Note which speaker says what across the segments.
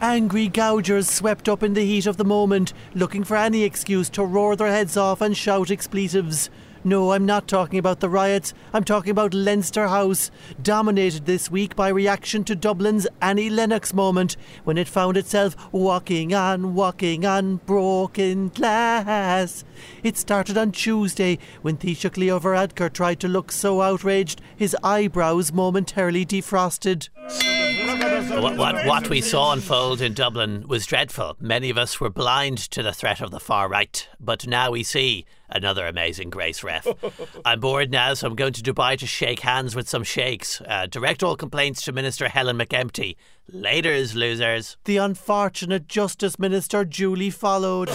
Speaker 1: angry gougers swept up in the heat of the moment, looking for any excuse to roar their heads off and shout expletives. No, I'm not talking about the riots. I'm talking about Leinster House, dominated this week by reaction to Dublin's Annie Lennox moment when it found itself walking on, walking on broken glass. It started on Tuesday when Taoiseach Leo Varadkar tried to look so outraged his eyebrows momentarily defrosted.
Speaker 2: What, what, what we saw unfold in Dublin was dreadful. Many of us were blind to the threat of the far right, but now we see another amazing Grace ref. I'm bored now, so I'm going to Dubai to shake hands with some sheikhs. Uh, direct all complaints to Minister Helen McEmpty. Later's losers.
Speaker 1: The unfortunate Justice Minister duly followed.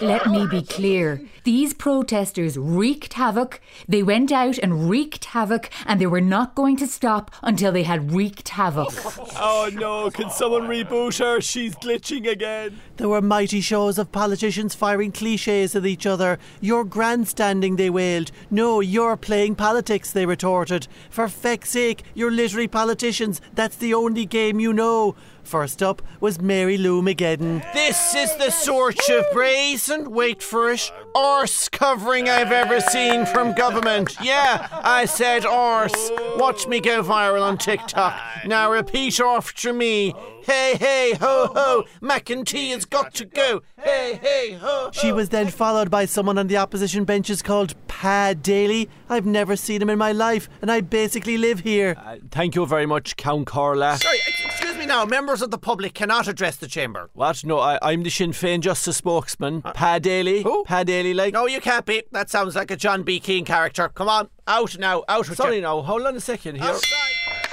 Speaker 3: Let me be clear. These protesters wreaked havoc. They went out and wreaked havoc, and they were not going to stop until they had wreaked havoc.
Speaker 4: Oh no, can someone reboot her? She's glitching again.
Speaker 1: There were mighty shows of politicians firing cliches at each other. You're grandstanding, they wailed. No, you're playing politics, they retorted. For feck's sake, you're literally politicians. That's the only game you know. First up was Mary Lou McGedden.
Speaker 5: This is the sort of brazen, wait for it, arse covering I've ever seen from government. Yeah, I said arse. Watch me go viral on TikTok. Now repeat after me. Hey, hey, ho, ho, McEntee has got to go. Hey, hey, ho. ho.
Speaker 1: She was then followed by someone on the opposition benches called Pa Daly. I've never seen him in my life, and I basically live here.
Speaker 4: Uh, thank you very much, Count Corla.
Speaker 5: Sorry, excuse me now. Members of the public cannot address the chamber.
Speaker 4: What? No, I, am the Sinn Féin Justice spokesman. Uh, pa Daly.
Speaker 5: Who?
Speaker 4: Pa Daly, like.
Speaker 5: No, you can't be. That sounds like a John B. Keane character. Come on, out now, out with
Speaker 4: Sorry,
Speaker 5: you.
Speaker 4: now, hold on a second here.
Speaker 5: Outside.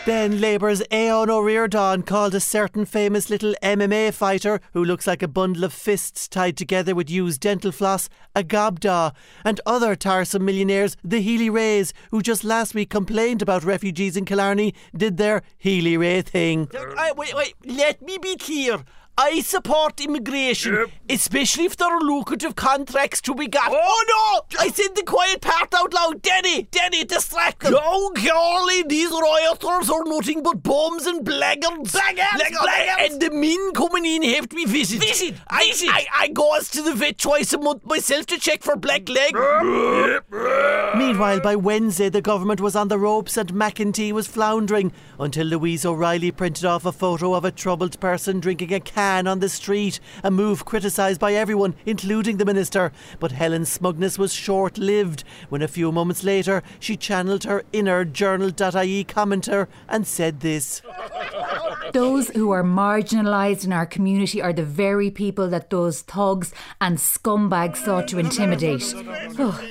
Speaker 1: Then Labour's Aon O'Riordan called a certain famous little MMA fighter who looks like a bundle of fists tied together with used dental floss a gobda, and other tiresome millionaires, the Healy Rays, who just last week complained about refugees in Killarney, did their Healy Ray thing.
Speaker 5: I, wait, wait, let me be clear. I support immigration, yep. especially if there are lucrative contracts to be got. Oh no! I said the quiet part out loud. Danny, Danny, distract them.
Speaker 6: Oh, golly, these rioters are nothing but bombs and blackguards.
Speaker 5: Blackguards, blackguards. blackguards.
Speaker 6: And the men coming in have to be visited.
Speaker 5: Visit,
Speaker 6: I,
Speaker 5: visit.
Speaker 6: I, I, goes to the vet twice a month myself to check for black leg.
Speaker 1: Meanwhile, by Wednesday, the government was on the ropes and McEntee was floundering until Louise O'Reilly printed off a photo of a troubled person drinking a can on the street, a move criticised by everyone, including the minister. But Helen's smugness was short lived when a few moments later she channeled her inner journal.ie E commenter and said this.
Speaker 3: Those who are marginalised in our community are the very people that those thugs and scumbags sought to intimidate. Oh,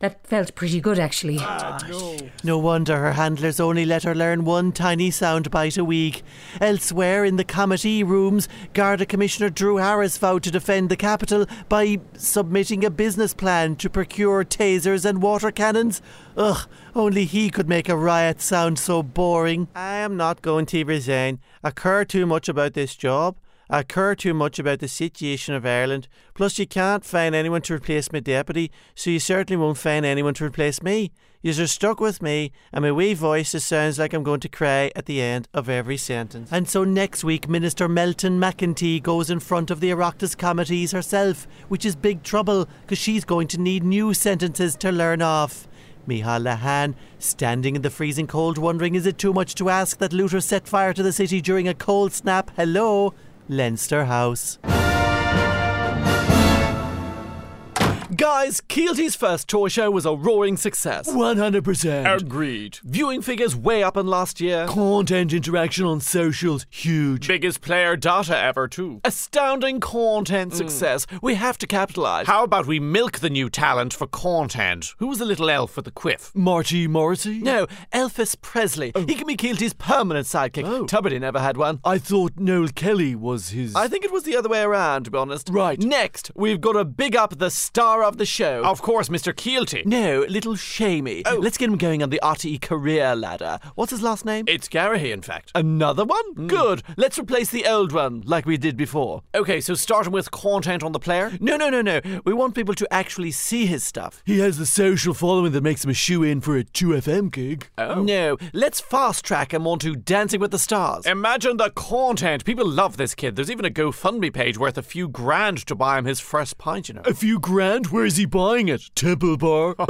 Speaker 3: that felt pretty good, actually.
Speaker 4: Ah, no.
Speaker 1: no wonder her handlers only let her learn one tiny soundbite a week. Elsewhere in the committee rooms, Garda Commissioner Drew Harris vowed to defend the capital by submitting a business plan to procure tasers and water cannons. Ugh, only he could make a riot sound so boring.
Speaker 7: I am not going to resign. I care too much about this job. I care too much about the situation of Ireland. Plus, you can't find anyone to replace my deputy, so you certainly won't find anyone to replace me. You're stuck with me, and my wee voice just sounds like I'm going to cry at the end of every sentence.
Speaker 1: And so next week, Minister Melton McEntee goes in front of the Oireachtas committees herself, which is big trouble because she's going to need new sentences to learn off. Mihal Lahan, standing in the freezing cold, wondering is it too much to ask that Luther set fire to the city during a cold snap? Hello, Leinster House.
Speaker 4: Guys, Keelty's first tour show was a roaring success.
Speaker 6: Er,
Speaker 8: 100%.
Speaker 4: Agreed. Viewing figures way up on last year.
Speaker 8: Content interaction on socials, huge.
Speaker 4: Biggest player data ever, too. Astounding content mm. success. We have to capitalize.
Speaker 5: Hmm. How about we milk the new talent for content? Who was the little elf with the quiff?
Speaker 8: Marty Morrissey?
Speaker 4: No, Elvis Presley. Oh. He can be Keelty's permanent sidekick. Oh. Tuberty never had one.
Speaker 8: I thought Noel Kelly was his.
Speaker 4: I think it was the other way around, to be honest.
Speaker 8: Right.
Speaker 4: Next, we've got to big up the star
Speaker 6: of the show.
Speaker 5: Of course, Mr. Keelty. Oh.
Speaker 6: No, little Shamey. Let's get him going on the RTE career ladder. What's his last name?
Speaker 5: It's Garahy, in fact. Mm.
Speaker 6: Another one? Eh, Good. Let's replace the old one like we did before.
Speaker 5: Okay, so starting with content on the player.
Speaker 6: No, no, no, no. We want people to actually see his stuff.
Speaker 1: He has the social following that makes him a shoe in for a 2FM gig.
Speaker 6: No, let's fast track him onto Dancing with the Stars.
Speaker 5: Imagine the content. People love this kid. There's even a GoFundMe page worth a few grand to buy him his first pint, you know.
Speaker 1: A few grand? Where is he buying it? Temple Bar?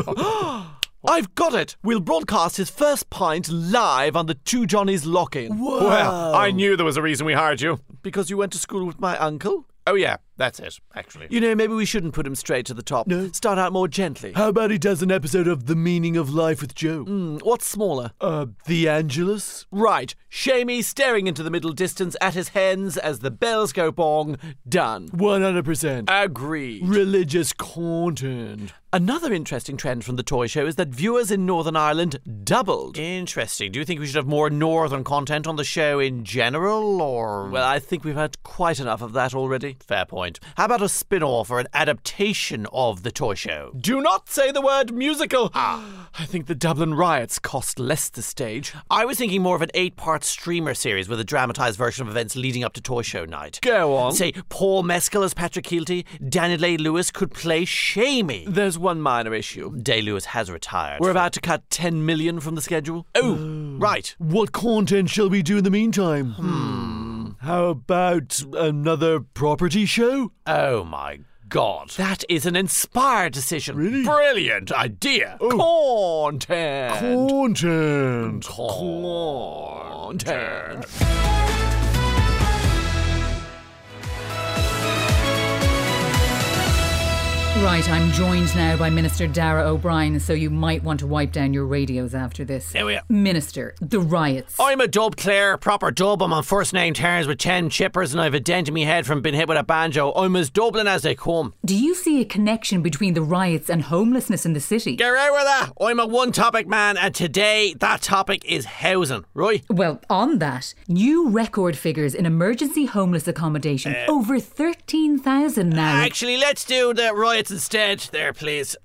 Speaker 6: I've got it. We'll broadcast his first pint live on the Two Johnnies lock-in.
Speaker 5: Well, I knew there was a reason we hired you.
Speaker 6: Because you went to school with my uncle?
Speaker 5: Oh, yeah, that's it, actually.
Speaker 6: You know, maybe we shouldn't put him straight to the top.
Speaker 1: No.
Speaker 6: Start out more gently.
Speaker 1: How about he does an episode of The Meaning of Life with Joe?
Speaker 6: Mm, What's smaller?
Speaker 1: Uh, the Angelus?
Speaker 6: Right. Shamey staring into the middle distance at his hens as the bells go bong. Done.
Speaker 1: 100%.
Speaker 5: Agreed.
Speaker 1: Religious content.
Speaker 6: Another interesting trend from the toy show is that viewers in Northern Ireland doubled.
Speaker 5: Interesting. Do you think we should have more northern content on the show in general, or.
Speaker 6: Well, I think we've had quite enough of that already.
Speaker 5: fair point. How about a spin off or an adaptation of the toy show?
Speaker 6: Do not say the word musical. Ah. I think the Dublin riots cost less the stage.
Speaker 5: I was thinking more of an eight part streamer series with a dramatized version of events leading up to toy show night.
Speaker 6: Go on.
Speaker 5: Say, Paul Mescal as Patrick Keelty, Daniel Day Lewis could play Shamey.
Speaker 6: There's one minor issue.
Speaker 5: Day Lewis has retired.
Speaker 6: We're about to cut 10 million from the schedule.
Speaker 5: Oh, right.
Speaker 1: What content shall we do in the meantime? Hmm. How about another property show?
Speaker 5: Oh, my God.
Speaker 6: That is an inspired decision.
Speaker 1: Really? Oh.
Speaker 5: Brilliant idea.
Speaker 6: Content.
Speaker 1: Content.
Speaker 6: Content.
Speaker 3: Right, I'm joined now by Minister Dara O'Brien, so you might want to wipe down your radios after this.
Speaker 5: There we are.
Speaker 3: Minister, the riots.
Speaker 5: I'm a dub, Claire, proper dub. I'm on first name terms with 10 chippers, and I've a dent in my head from being hit with a banjo. I'm as Dublin as they come.
Speaker 3: Do you see a connection between the riots and homelessness in the city?
Speaker 5: Get out with that. I'm a one topic man, and today that topic is housing, right?
Speaker 3: Well, on that, new record figures in emergency homeless accommodation.
Speaker 5: Uh.
Speaker 3: Over 13,000 now.
Speaker 5: Actually, let's do the riots instead. There, please.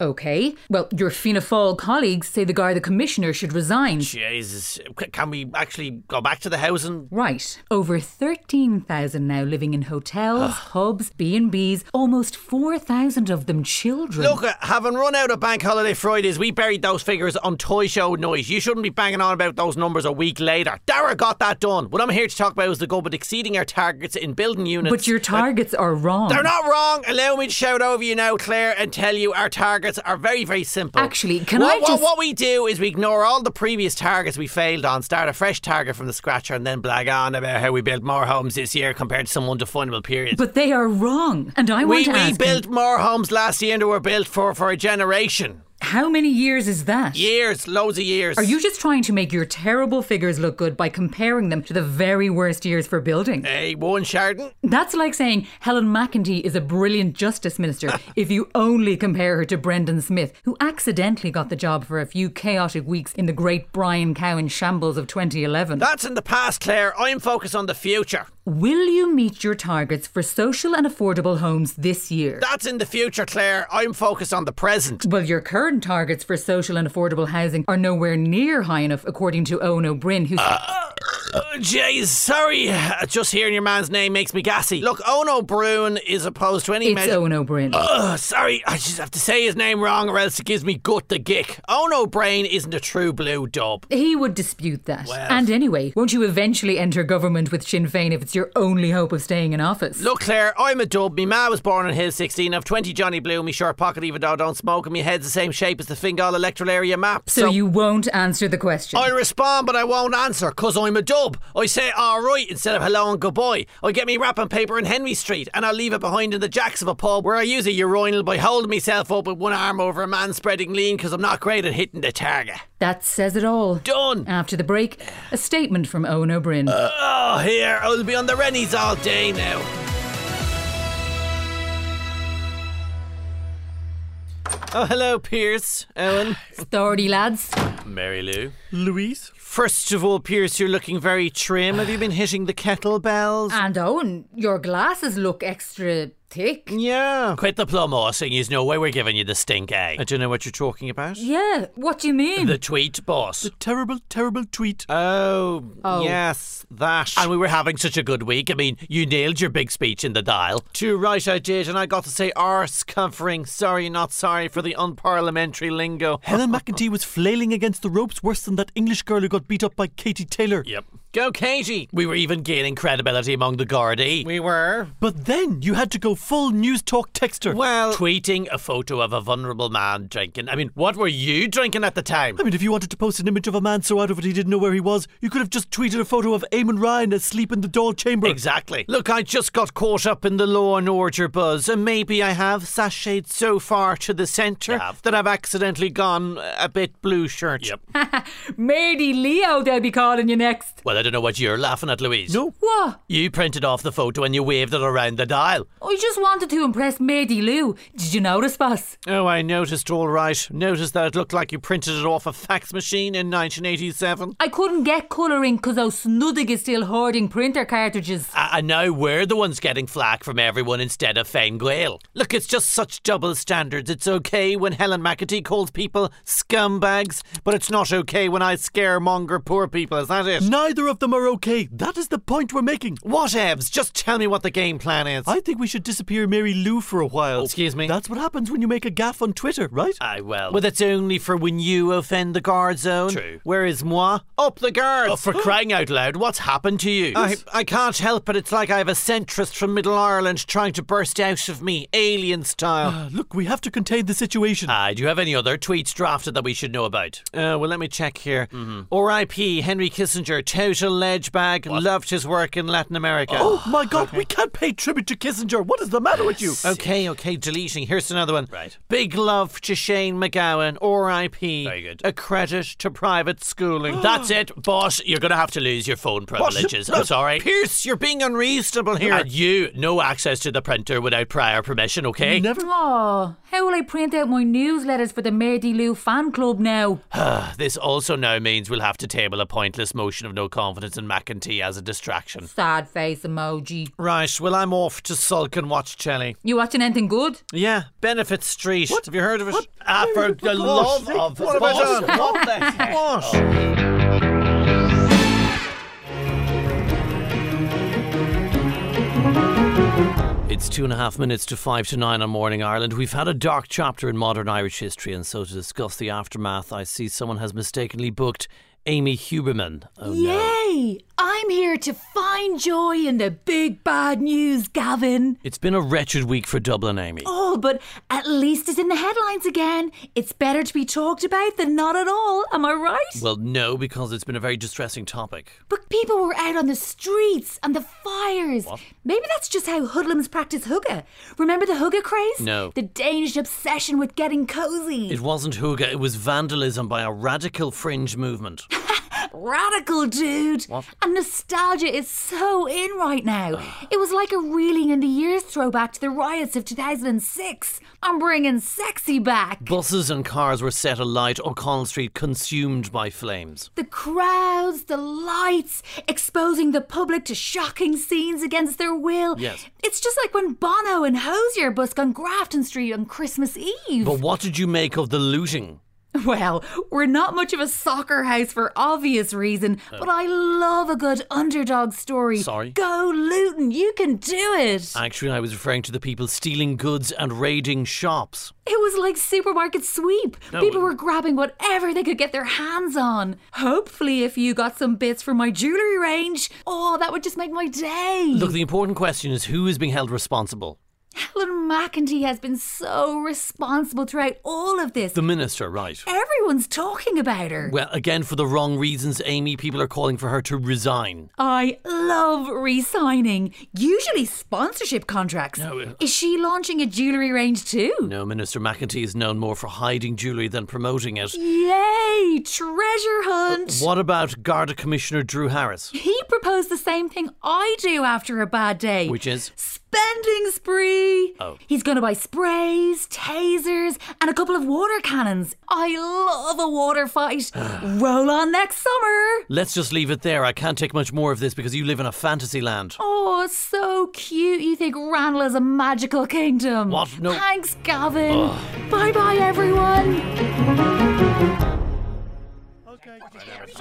Speaker 3: okay. Well, your Fianna Fáil colleagues say the Garda Commissioner should resign.
Speaker 5: Jesus. C- Can we actually go back to the housing?
Speaker 3: Right. Over 13,000 now living in hotels, pubs, B&Bs, almost 4,000 of them children.
Speaker 5: Look, uh, having run out of bank holiday Fridays, we buried those figures on Toy Show Noise. You shouldn't be banging on about those numbers a week later. Dara got that done. What I'm here to talk about is the government exceeding our targets in building units.
Speaker 3: but your targets are wrong.
Speaker 5: They're not wrong. Allow me to shout over you now, Claire, and tell you our targets are very, very simple.
Speaker 3: Actually, can
Speaker 5: what,
Speaker 3: I
Speaker 5: what-
Speaker 3: just-
Speaker 5: What we do is we ignore all the previous targets we failed on, start a fresh target from the scratcher, and then blag on about how we built more homes this year compared to some undefinable period.
Speaker 3: But they are wrong. And I want
Speaker 5: we
Speaker 3: to
Speaker 5: we
Speaker 3: ask you,
Speaker 5: built more homes last year than were built for, for a generation.
Speaker 3: how many years is that?
Speaker 5: Years, loads of years.
Speaker 3: Are you just trying to make your terrible figures look good by comparing them to the very worst years for building?
Speaker 5: Hey, one Sheridan.
Speaker 3: That's like saying Helen McEntee is a brilliant justice minister if you only compare her to Brendan Smith, who accidentally got the job for a few chaotic weeks in the great Brian Cowan shambles of 2011.
Speaker 5: That's in the past, Claire. I'm focused on the future.
Speaker 3: Will you meet your targets for social and affordable homes this year?
Speaker 5: That's in the future, Claire. I'm focused on the present.
Speaker 3: well, your current targets for social and affordable housing are nowhere near high enough, according to Owen O'Brien, who's.
Speaker 5: Oh, Jeez, sorry. Uh, Just hearing your man's name makes me gassy. Look, Ono Bruin is opposed to any
Speaker 3: it's
Speaker 5: measure.
Speaker 3: Owen O'Brien.
Speaker 5: Ugh, sorry, I just have to say his name wrong or else it gives me gut the gick. Ono Brain isn't a true blue dub.
Speaker 3: He would dispute that. and anyway, won't you eventually enter government with Sinn Féin if it's your only hope of staying in office?
Speaker 5: Look, Claire, I'm a dub. Me ma was born on Hill 16. I've 20 Johnny Blue in me short pocket, even though I don't smoke, and me head's the same shape as the Fingal electoral area map.
Speaker 3: so, you won't answer the question.
Speaker 5: I'll respond, but I won't answer, cause I'm a dub. I say alright instead of hello and goodbye. I get me wrapping paper in Henry Street, and I'll leave it behind in the jacks of a pub where I use a urinal by holding myself up with one arm over a man spreading lean, cause I'm not great at hitting the target.
Speaker 3: that says it all.
Speaker 5: Done.
Speaker 3: After the break, a statement from Owen O'Brien.
Speaker 5: Oh, here, I'll be on the Rennies all day now. Oh, hello, Pierce, Owen.
Speaker 3: Authority, lads.
Speaker 5: Mary Lou.
Speaker 9: Louise?
Speaker 5: First of all, Pierce, you're looking
Speaker 6: Ah.
Speaker 5: very trim. Have you been hitting the kettlebells?
Speaker 3: And Owen, your glasses look extra
Speaker 10: thick.
Speaker 5: Mm.
Speaker 1: Yeah.
Speaker 6: Quit the plum horsing. You know why we're giving you the stink eye.
Speaker 11: I don't know what you're talking about.
Speaker 10: Yeah, what do you mean?
Speaker 6: The tweet, boss.
Speaker 11: Terrible, terrible tweet.
Speaker 1: Oh,
Speaker 10: Oh.
Speaker 1: yes, that.
Speaker 6: And we were having such a good week. I mean, you nailed your big speech in the dial.
Speaker 1: Too right I did, and I got to say arse covering. Sorry, not sorry for the unparliamentary lingo.
Speaker 12: Helen McEntee was flailing against the ropes worse than that English girl who got beat up by Katie Taylor.
Speaker 6: Yep.
Speaker 1: Go, Katie.
Speaker 6: We were even gaining credibility among the Gardaí.
Speaker 1: We were.
Speaker 12: But then you had to go full news talk texter.
Speaker 1: Well,
Speaker 6: tweeting a photo of a vulnerable man drinking. I mean, what were you drinking at the time?
Speaker 12: I mean, if you wanted to post an image of a man so out of it he didn't know where he was, you could have just tweeted a photo of Eamon Ryan asleep in the doll chamber.
Speaker 6: Exactly.
Speaker 1: look, I just got caught up in the law and order buzz, and maybe I have sashayed so far to the centre
Speaker 6: have.
Speaker 1: that I've accidentally gone a bit blue shirt.
Speaker 6: Yep.
Speaker 10: Mady Leo, they'll be calling you next.
Speaker 6: Well, I don't know what you're laughing at, Louise. No.
Speaker 10: What?
Speaker 6: You printed off the photo and you waved it around the dial.
Speaker 10: I just wanted to impress Mady Lou. Did you notice, boss?
Speaker 1: Oh, I noticed all right. Noticed that it looked like you printed it off a fax machine in 1987.
Speaker 10: I couldn't get colouring because O'Snuddig is still hoarding printer cartridges.
Speaker 6: A- And now we're the ones getting flack from everyone instead of Fane Gael.
Speaker 1: Look, it's just such double standards. It's okay when Helen McAtee calls people scumbags, but it's not okay when I scaremonger poor people. Is that it?
Speaker 12: Neither of them are okay. That is the point we're making.
Speaker 1: What Evs? Just tell me what the game plan is.
Speaker 12: I think we should disappear Mary Lou for a while.
Speaker 1: Excuse me?
Speaker 12: That's what happens when you make a gaff on Twitter, right?
Speaker 6: I well.
Speaker 1: Well, that's only for when you offend the guard zone.
Speaker 6: True.
Speaker 1: Whereas moi, up the guards.
Speaker 6: Oh, for crying out loud, what's happened to you?
Speaker 1: I, I can't help it. It's like I have a centrist from Middle Ireland trying to burst out of me, alien style.
Speaker 12: Uh,
Speaker 1: Ah,
Speaker 6: Ah,
Speaker 12: Look, we have to contain the situation.
Speaker 6: Aye, do you have any other tweets drafted that we should know about?
Speaker 1: Uh, well, let me check here. R.I.P. Henry Kissinger, total ledge bag, loved his work in Latin America.
Speaker 12: oh my god, we can't pay tribute to Kissinger. What is the matter with you? Uh,
Speaker 1: Okay, okay, deleting. Here's another one.
Speaker 6: Right.
Speaker 1: Big love to Shane McGowan, R.I.P.
Speaker 6: Very good.
Speaker 1: A credit to private schooling.
Speaker 6: That's it, boss. You're going to have to lose your phone privileges. I'm sorry.
Speaker 1: Pierce, you're being unreasonable here.
Speaker 6: And you, no access to the printer without prior permission, okay?
Speaker 12: Never.
Speaker 10: Oh, how will I print out my newsletters for the Mady Lou fan club now?
Speaker 6: This also now means we'll have to table a pointless motion of no confidence in McEntee as a distraction.
Speaker 10: Sad face emoji.
Speaker 1: Right, well, I'm off to sulk and watch Chelly.
Speaker 10: You watching anything good?
Speaker 1: Yeah, Benefit Street. Have you heard of it?
Speaker 6: Ah,
Speaker 12: Oh
Speaker 6: for the love of
Speaker 1: Oh, What have I done? What the heck? What?
Speaker 6: It's two and a half minutes to five to nine on Morning Ireland. We've had a dark chapter in modern Irish history, and so to discuss the aftermath, I see someone has mistakenly booked Amy Huberman. Oh, no.
Speaker 3: Yay! I'm here to find joy in the big bad news, Gavin.
Speaker 6: It's been a wretched week for Dublin, Amy.
Speaker 3: Oh, but at least it's in the headlines again. It's better to be talked about than not at all, am I right?
Speaker 6: Well, no, because it's been a very distressing topic.
Speaker 3: but people were out on the streets and the fires. Maybe that's just how hoodlums practice hookah. Remember the hookah craze?
Speaker 6: No.
Speaker 3: The Danish obsession with getting cozy.
Speaker 6: It wasn't hookah, it was vandalism by a radical fringe movement.
Speaker 3: Radical dude. And nostalgia is so in right now. it was like a reeling in the years throwback to the riots of 2006. I'm bringing sexy back.
Speaker 6: Buses and cars were set alight, O'Connell Street consumed by flames.
Speaker 3: the crowds, the lights, exposing the public to shocking scenes against their will.
Speaker 6: Yes.
Speaker 3: It's just like when Bono and Hosier busk on Grafton Street on Christmas Eve.
Speaker 6: But what did you make of the looting?
Speaker 3: Well, we're not much of a soccer house for obvious reason, but I love a good underdog story.
Speaker 6: Uh. Sorry?
Speaker 3: Go Luton, you can do it.
Speaker 6: Actually, I was referring to the people stealing goods and raiding shops.
Speaker 3: It was like supermarket sweep. People were grabbing whatever they could get their hands on. Hopefully, if you got some bits from my jewellery range, oh, that would just make my day.
Speaker 6: Look, the important question is who is being held responsible?
Speaker 3: Helen McEntee has been so responsible throughout all of this.
Speaker 6: The minister, right?
Speaker 3: Everyone's talking about her.
Speaker 6: Well, again, for the wrong reasons, Amy, people are calling for her to resign.
Speaker 3: I love re-signing. Usually sponsorship contracts.
Speaker 6: No.
Speaker 3: Is she launching a jewellery range too?
Speaker 6: No, Minister McEntee is known more for hiding jewellery than promoting it.
Speaker 3: Yay! Treasure hunt.
Speaker 6: Uh, What about Garda Commissioner Drew Harris?
Speaker 3: He proposed the same thing I do after a bad day.
Speaker 6: Which is?
Speaker 3: spending spree.
Speaker 6: Oh.
Speaker 3: He's going to buy sprays, tasers, and a couple of water cannons. I love a water fight. Roll on next summer.
Speaker 13: Let's just leave it there. I can't take much more of this because you live in a fantasy land.
Speaker 3: Oh, so cute. You think Ranelagh is a magical kingdom.
Speaker 13: What? No.
Speaker 3: Thanks, Gavin. Bye bye, everyone.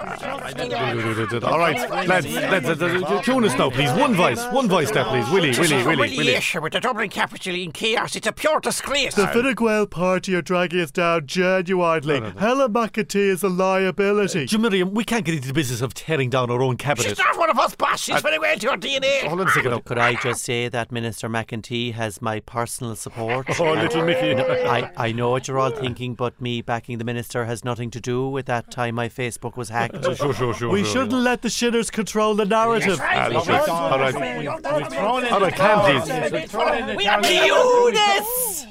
Speaker 5: All right, lads, lads, lads, lads, tune us now, please. One voice, one voice there, please. Willie, Willie, Willie, Willie.
Speaker 14: Yes, with the Dublin capital in chaos, it's a pure disgrace.
Speaker 15: The Fine Gael party are dragging us down genuinely. Helen McAtee is a liability.
Speaker 16: Jim Miriam, we can't get into the business of tearing down our own
Speaker 14: She's
Speaker 16: cabinet.
Speaker 14: not one of us, boss. She's very well to her DNA.
Speaker 13: Hold on a second.
Speaker 1: Could I just say that Minister McEntee has my personal support?
Speaker 5: Oh, little Mickey.
Speaker 1: I, I know what you're all thinking, but me backing the minister has nothing to do with that time my Facebook was hacked.
Speaker 5: Sure, sure, sure.
Speaker 15: we
Speaker 5: sure.
Speaker 15: shouldn't let the shitters control the narrative.
Speaker 5: Ah, look, look, All right. All right, calm, please.
Speaker 14: We are beautiful.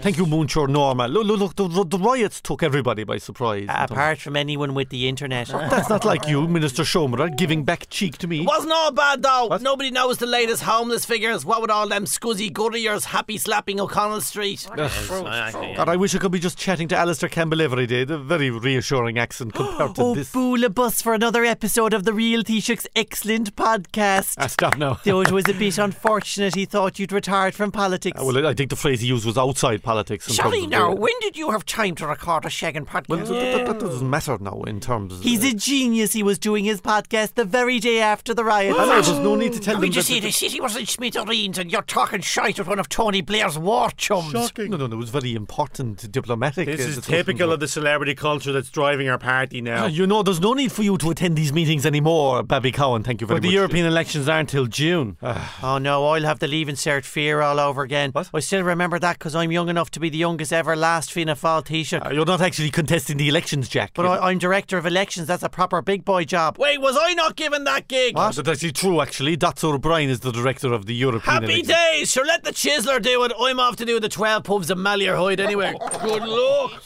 Speaker 16: Thank you, Moonshore Norma. Look, look, look the, the, the riots took everybody by surprise.
Speaker 14: Ah,
Speaker 1: Apart from anyone with the internet.
Speaker 16: That's not like you, Minister Shomra, giving back cheek to me.
Speaker 6: Wasn't all bad though. Nobody knows the latest homeless figures. What with all them scuzzy guttiers happy slapping O'Connell Street?
Speaker 16: God, I wish I could be just chatting to Alistair Campbell every day. The very reassuring accent compared to
Speaker 1: Oh,
Speaker 16: this.
Speaker 1: Bula Bus for another episode of the Real Taoiseach's excellent podcast.
Speaker 16: Ah, stop now.
Speaker 1: Though it was a bit unfortunate he thought you'd retired from politics.
Speaker 16: Ah, well, I think the phrase he used was outside politics. in terms
Speaker 14: Sorry,
Speaker 16: of
Speaker 14: now,
Speaker 16: the-
Speaker 14: when did you have time to record a shagging
Speaker 16: Well,
Speaker 14: podcast?
Speaker 16: th- th- that doesn't matter now in terms of.
Speaker 1: He's a genius. He was doing his podcast the very day after the riot.
Speaker 16: I know, there's no need to tell
Speaker 14: we
Speaker 16: them
Speaker 14: just
Speaker 16: that
Speaker 14: see the city was in smithereens and you're talking shite with one of Tony Blair's war chums.
Speaker 15: Shocking.
Speaker 16: No, no, no. It was very important, diplomatic.
Speaker 5: This
Speaker 16: uh,
Speaker 5: is
Speaker 16: discussion.
Speaker 5: typical of the celebrity culture that's driving our party
Speaker 16: Ah,
Speaker 5: now.
Speaker 16: You know, there's no need for you to attend these meetings anymore, Babby Cowan. Thank you very
Speaker 13: But the
Speaker 16: much.
Speaker 13: European elections aren't till June.
Speaker 1: Oh no, I'll have the leave insert fear all over again.
Speaker 16: What?
Speaker 1: I still remember that because I'm young enough to be the youngest ever last Fianna Fáil Taoiseach.
Speaker 16: Ah, you're not actually contesting the elections, Jack.
Speaker 1: but I, I'm director of elections. That's a proper big boy job.
Speaker 6: Wait, was I not given that gig?
Speaker 16: Ah, That's actually true, actually. Dr. O'Brien is the director of the European
Speaker 6: Happy
Speaker 16: elections.
Speaker 6: days! Sure, let the chiseler do it. I'm off to do the 12 pubs in Malierhoyd anyway. Good luck!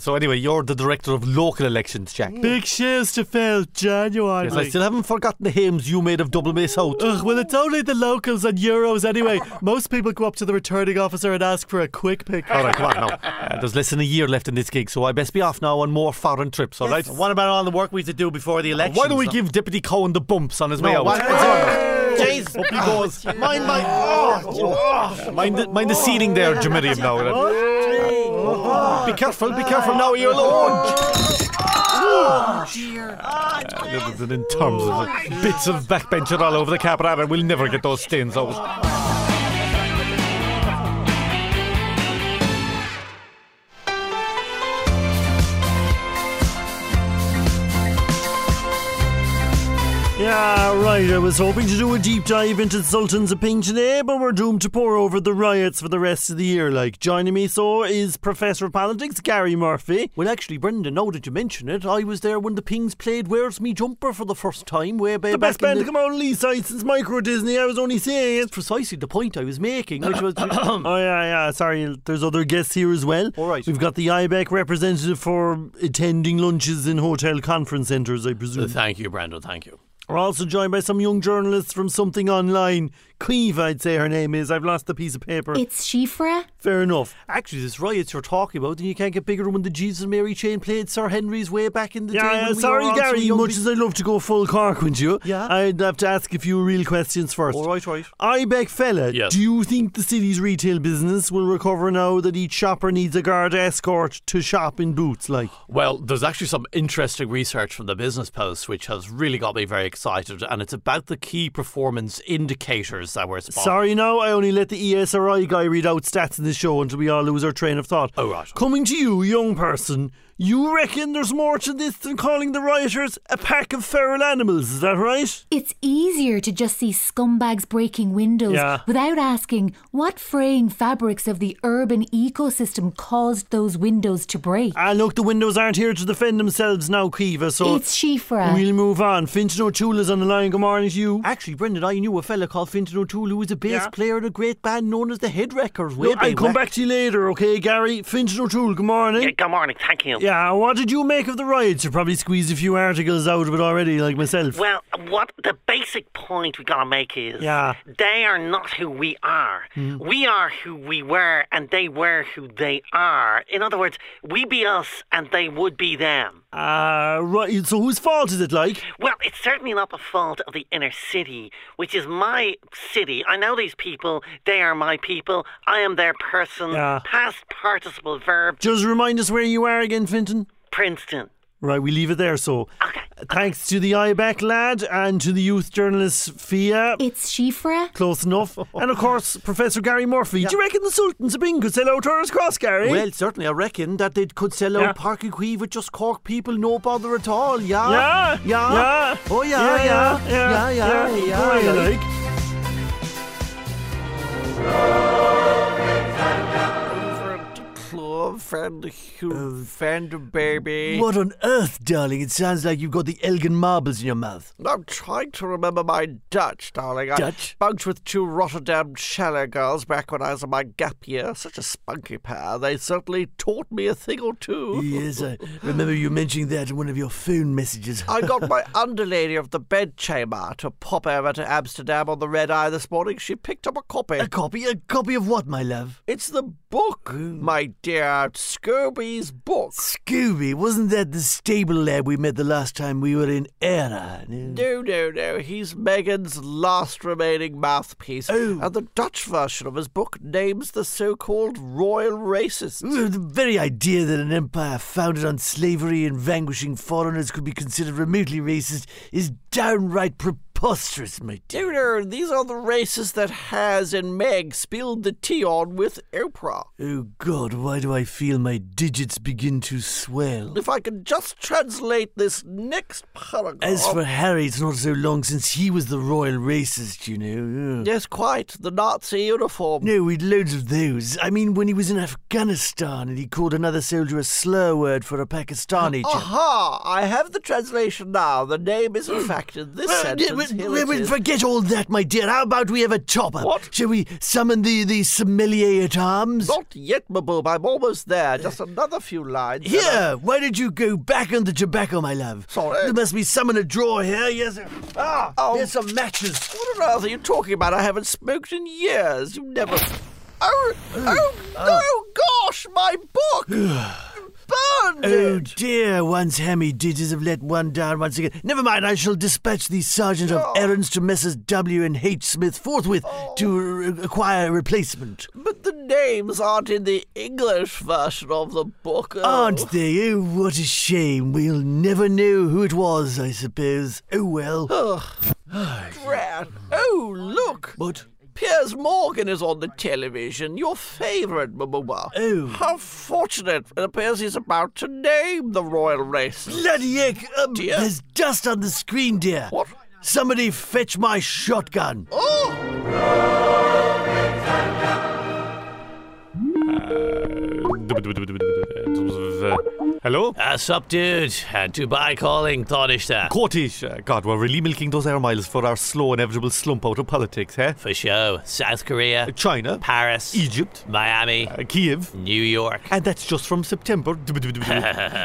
Speaker 16: So, anyway, you're the director of local elections, Jack.
Speaker 15: Big shoes to fill genuinely.
Speaker 16: Yes, I still haven't forgotten the hymns you made of Double Bay South.
Speaker 15: Ugh, well, it's only the locals and Euros anyway. Most people go up to the returning officer and ask for a quick pick.
Speaker 16: All right, come on now. Uh, there's less than a year left in this gig, so I best be off now on more foreign trips, all right? Uh,
Speaker 1: What about all the work we have to do before the election?
Speaker 16: Why don't we give Deputy Cowan the bumps on his way out?
Speaker 1: James,
Speaker 16: Up he goes. Mind my. Oh. Mind, the, mind the seating there, Jamirium, now. Be careful, be careful now, you're alone. And in terms of the bits of backbencher all over the cabra, and we'll never get those stains out.
Speaker 15: Yeah, right. I was hoping to do a deep dive into Sultan's opinion today, but we're doomed to pour over the riots for the rest of the year. Like, joining me so is Professor of Politics, Gary Murphy.
Speaker 1: Well, actually, Brendan, now that you mention it, I was there when the Pings played "Where's Me Jumper" for the first time. Way back
Speaker 15: The best
Speaker 1: in
Speaker 15: band to come out of Lee's side since Micro Disney, I was only saying.
Speaker 1: That's precisely the point I was making, which was
Speaker 15: oh, yeah, yeah. Sorry, there's other guests here as well.
Speaker 1: All right.
Speaker 15: We've got the IBEC representative for attending lunches in hotel conference centres, I presume.
Speaker 6: Thank you, Brandon. Thank you.
Speaker 15: We're also joined by some young journalists from Something Online. Cleve, I'd say her name is. I've lost the piece of paper.
Speaker 3: It's Shifra.
Speaker 15: Fair enough.
Speaker 1: actually this riots you're talking about, and you can't get bigger than when the Jesus and Mary chain played Sir Henry's way back in the day.
Speaker 15: Yeah,
Speaker 1: when we were
Speaker 15: sorry,
Speaker 1: all so
Speaker 15: Gary.
Speaker 1: young.
Speaker 15: Much as I love to go full Cork with you,
Speaker 1: Yeah.
Speaker 15: I'd have to ask a few real questions first.
Speaker 1: All right, right.
Speaker 15: I beg fella,
Speaker 6: Yes.
Speaker 15: do you think the city's retail business will recover now that each shopper needs a guard escort to shop in boots? Like,
Speaker 6: Well, there's actually some interesting research from the Business Post which has really got me very excited, and it's about the key performance indicators that we're spotting.
Speaker 15: sorry, now I only let the E ESRI guy read out stats in this show until we all lose our train of thought.
Speaker 6: Oh, right.
Speaker 15: Coming to you, young person, you reckon there's more to this than calling the rioters a pack of feral animals? Is that right?
Speaker 3: It's easier to just see scumbags breaking windows
Speaker 15: Yeah.
Speaker 3: without asking what fraying fabrics of the urban ecosystem caused those windows to break.
Speaker 15: Ah, look, the windows aren't here to defend themselves now, Kiva. So
Speaker 3: it's Shifra.
Speaker 15: We'll move on. Finch and O'Toole is on the line. Good morning to you.
Speaker 1: Actually, Brendan, I knew a fella called Fintan O'Toole who was a bass
Speaker 15: Yeah.
Speaker 1: player in a great band known as the Headwreckers.
Speaker 15: No,
Speaker 1: Way
Speaker 15: I'll
Speaker 1: back
Speaker 15: come
Speaker 1: when.
Speaker 15: back to you later, okay, Gary? Finch and O'Toole, good morning.
Speaker 17: Good morning, thank you.
Speaker 15: Yeah,
Speaker 18: Yeah, what did you make of the riots? You probably squeezed a few articles out of it already, like myself.
Speaker 17: Well, what the basic point we gotta make is
Speaker 18: Yeah.
Speaker 17: they are not who we are.
Speaker 18: Mm.
Speaker 17: We are who we were, and they were who they are. In other words, we be us, and they would be them.
Speaker 18: Uh, right, so whose fault is it, like?
Speaker 17: Well, it's certainly not the fault of the inner city, which is my city. I know these people. They are my people. I am their person.
Speaker 18: Yeah.
Speaker 17: Past participle verb.
Speaker 18: Just remind us where you are again, Finton.
Speaker 17: Princeton.
Speaker 18: Right, we leave it there, so. Thanks to the IBAC lad and to the youth journalist Fia.
Speaker 3: It's Shifra.
Speaker 18: Close enough. and of course, Professor Gary Murphy. Do you reckon the Sultan's a bing could sell out Torres Cross, Gary?
Speaker 19: Well, certainly, I reckon that they could sell out
Speaker 18: Yeah.
Speaker 19: Parky Quay with just Cork people, no bother at all. Yeah.
Speaker 18: Yeah.
Speaker 19: Yeah.
Speaker 18: Yeah.
Speaker 19: Oh,
Speaker 18: Yeah.
Speaker 19: yeah. Yeah.
Speaker 18: Yeah.
Speaker 19: Yeah.
Speaker 18: Yeah.
Speaker 19: Yeah.
Speaker 18: Yeah.
Speaker 19: yeah.
Speaker 6: Claw, friend, Hugh, friend, baby.
Speaker 1: What on earth, darling? It sounds like you've got the Elgin marbles in your mouth.
Speaker 6: I'm trying to remember my Dutch, darling.
Speaker 1: Dutch?
Speaker 6: I bunked with two Rotterdam shallow girls back when I was in my gap year. Such a spunky pair. They certainly taught me a thing or two.
Speaker 1: yes, I remember you mentioning that in one of your phone messages.
Speaker 6: I got my underlady of the bedchamber to pop over to Amsterdam on the red eye this morning. She picked up a copy. A
Speaker 1: copy? A copy of what, my love?
Speaker 6: It's the book,
Speaker 1: Mm.
Speaker 6: my dear. Scooby's book.
Speaker 1: Scooby, wasn't that the stable lad we met the last time we were in Era?
Speaker 6: No, no, no. He's Megan's last remaining mouthpiece. Oh. And the Dutch version of his book names the so called royal racists.
Speaker 1: The very idea that an empire founded on slavery and vanquishing foreigners could be considered remotely racist is downright preposterous, my
Speaker 6: No, no, these are the racists that Has and Meg spilled the tea on with Oprah.
Speaker 1: Oh God, why do I feel my digits begin to swell?
Speaker 6: If I could just translate this next paragraph.
Speaker 1: As for Harry, it's not so long since he was the royal racist, you know. Ugh.
Speaker 6: Yes, quite. The Nazi uniform.
Speaker 1: No, we'd loads of those. I mean, when he was in Afghanistan and he called another soldier a slur word for a Pakistani.
Speaker 6: Oh,
Speaker 1: chap.
Speaker 6: Aha! I have the translation now. The name is in fact in this
Speaker 1: Mm. Well, yeah,
Speaker 6: sentence.
Speaker 1: but-
Speaker 6: Here
Speaker 1: well,
Speaker 6: it
Speaker 1: well,
Speaker 6: is.
Speaker 1: forget all that, my dear. How about we have a chop up? What? Shall we summon the, the sommelier at arms?
Speaker 6: Not yet, Maboob. I'm almost there. Just another few lines. and I-
Speaker 1: Here! Why did you go back on the tobacco, my love? Sorry. There must be some in a drawer here. Yes, sir. Ah!
Speaker 6: Oh.
Speaker 1: There's some matches.
Speaker 6: What on earth are you talking about? I haven't smoked in years. You never. Oh, oh,
Speaker 1: Uh.
Speaker 6: oh gosh, my book! Burned
Speaker 1: Oh
Speaker 6: it!
Speaker 1: dear, one's hammy digits have let one down once again. Never mind, I shall dispatch the sergeant of errands to Messrs. W and H. Smith forthwith
Speaker 6: Oh.
Speaker 1: to r- acquire a replacement.
Speaker 6: But the names aren't in the English version of the book.
Speaker 1: Aren't they? Oh, what a shame. We'll never know who it was, I suppose. Oh well.
Speaker 6: Drat. Oh, look!
Speaker 1: What?
Speaker 6: Piers Morgan is on the television, your favourite, Mabuba.
Speaker 1: Oh.
Speaker 6: How fortunate. It appears he's about to name the royal race.
Speaker 1: Bloody heck! Um, there's dust on the screen, dear. What? Somebody fetch my shotgun.
Speaker 18: Oh!
Speaker 15: Uh, hello?
Speaker 2: Uh, sup, dude. Uh, Dubai calling, Thornishta.
Speaker 15: Cortish. Uh, God, we're really milking those air miles for our slow, inevitable slump out of politics, eh?
Speaker 2: For sure. South Korea.
Speaker 15: China.
Speaker 2: Paris.
Speaker 15: Egypt.
Speaker 2: Miami.
Speaker 15: Uh, Kiev.
Speaker 2: New York.
Speaker 15: And that's just from September.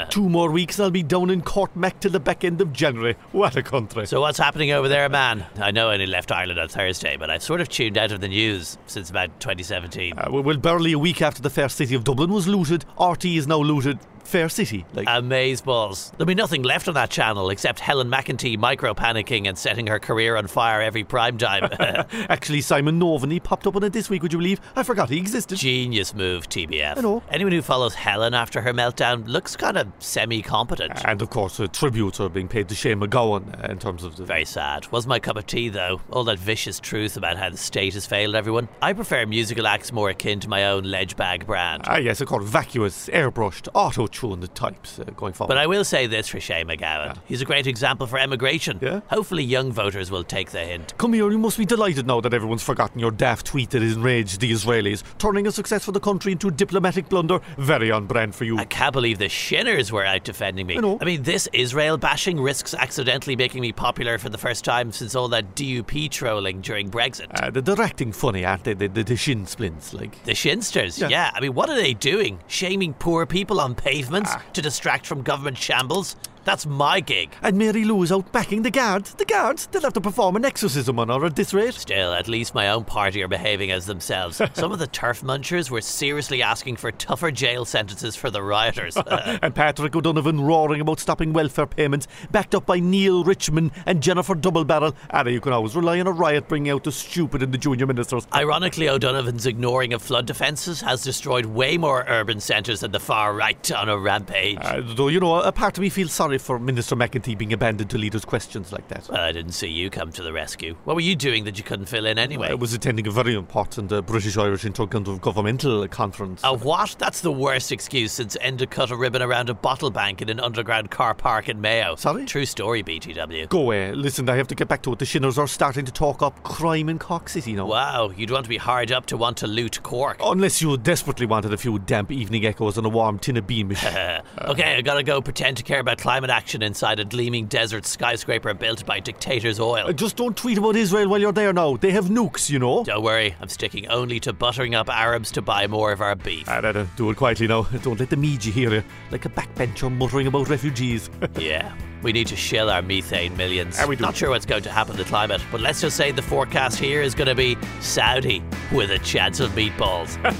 Speaker 15: Two more weeks and I'll be down in Cork Mac till the back end of January. What a country.
Speaker 2: So what's happening over there, man? I know I only left Ireland on Thursday, but I've sort of tuned out of the news since about 2017.
Speaker 15: Uh, well, well, barely a week after the fair city of Dublin was looted, RT is now looted fair city.
Speaker 2: Uh.
Speaker 15: Like,
Speaker 2: Amaze balls. There'll be nothing left on that channel except Helen McEntee micro panicking and setting her career on fire every prime time.
Speaker 15: actually, Simon Novany popped up on it this week, would you believe? I forgot he existed.
Speaker 2: Genius move, TBF.
Speaker 15: I know.
Speaker 2: Anyone who follows Helen after her meltdown looks kind of semi competent.
Speaker 15: And of course, uh, tributes are being paid to Shane McGowan uh, in terms of the.
Speaker 2: Very sad. Was my cup of tea, though. All that vicious truth about how the state has failed everyone. I prefer musical acts more akin to my own ledge bag brand.
Speaker 15: Ah, yes, of course, vacuous, airbrushed, auto tuned types uh, going forward.
Speaker 2: But I will say this for Shane McGowan. He's a great example for emigration. Yeah? Hopefully, young voters will take the hint.
Speaker 15: Come here, you must be delighted now that everyone's forgotten your daft tweet that enraged the Israelis, turning a success for the country into a diplomatic blunder. Very on brand for you.
Speaker 2: I can't believe the shinners were out defending me. I, mean, this Israel bashing risks accidentally making me popular for the first time since all that DUP trolling during Brexit.
Speaker 15: Uh, they're, they're acting funny, aren't they? The, the, the shin splints, like.
Speaker 2: The shinsters,
Speaker 15: Yeah.
Speaker 2: yeah. I mean, what are they doing? Shaming poor people on pavements to distract from government shambles. That's my gig.
Speaker 4: And Mary Lou is out backing the guards. The guards, they'll have to perform an exorcism on her at this rate.
Speaker 2: Still, at least my own party are behaving as themselves. Some of the turf munchers were seriously asking for tougher jail sentences for the rioters.
Speaker 15: and Patrick O'Donovan roaring about stopping welfare payments, backed up by Neil Richmond and Jennifer Doublebarrel. Anna, you can always rely on a riot bringing out the stupid in the junior ministers.
Speaker 2: Ironically, O'Donovan's ignoring of flood defences has destroyed way more urban centres than the far right on a rampage.
Speaker 15: Uh, though, you know, a part of me feels sorry for Minister McEntee being abandoned to leaders' questions like that.
Speaker 2: Well, I didn't see you come to the rescue. What were you doing that you couldn't fill in anyway?
Speaker 15: I Uh, was attending a very important uh, British Irish Intergovernmental Governmental Conference.
Speaker 2: A Uh, what? That's the worst excuse since Enda cut a ribbon around a bottle bank in an underground car park in Mayo.
Speaker 15: Sorry?
Speaker 2: True story, BTW.
Speaker 15: Go away. Listen, I have to get back to it. The Shinners are starting to talk up crime in Cork City now.
Speaker 2: Wow, you'd want to be hard up to want to loot Cork.
Speaker 15: Unless you desperately wanted a few damp evening echoes and a warm tin of beamish. Uh,
Speaker 2: okay, I gotta go pretend to care about climate action inside a gleaming desert skyscraper built by dictator's oil.
Speaker 15: Uh, Just don't tweet about Israel while you're there now. They have nukes, you know.
Speaker 2: Don't worry, I'm sticking only to buttering up Arabs to buy more of our beef.
Speaker 15: Ah, no, no, do it quietly now. Don't let the media hear you. Like a backbencher muttering about refugees.
Speaker 2: yeah, we need to shell our methane millions.
Speaker 15: Ah, we do.
Speaker 2: Not sure what's going to happen to climate, but let's just say the forecast here is going to be Saudi with a chance of meatballs.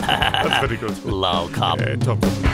Speaker 15: That's very good.
Speaker 2: Lol, cop.
Speaker 15: Uh, top, top.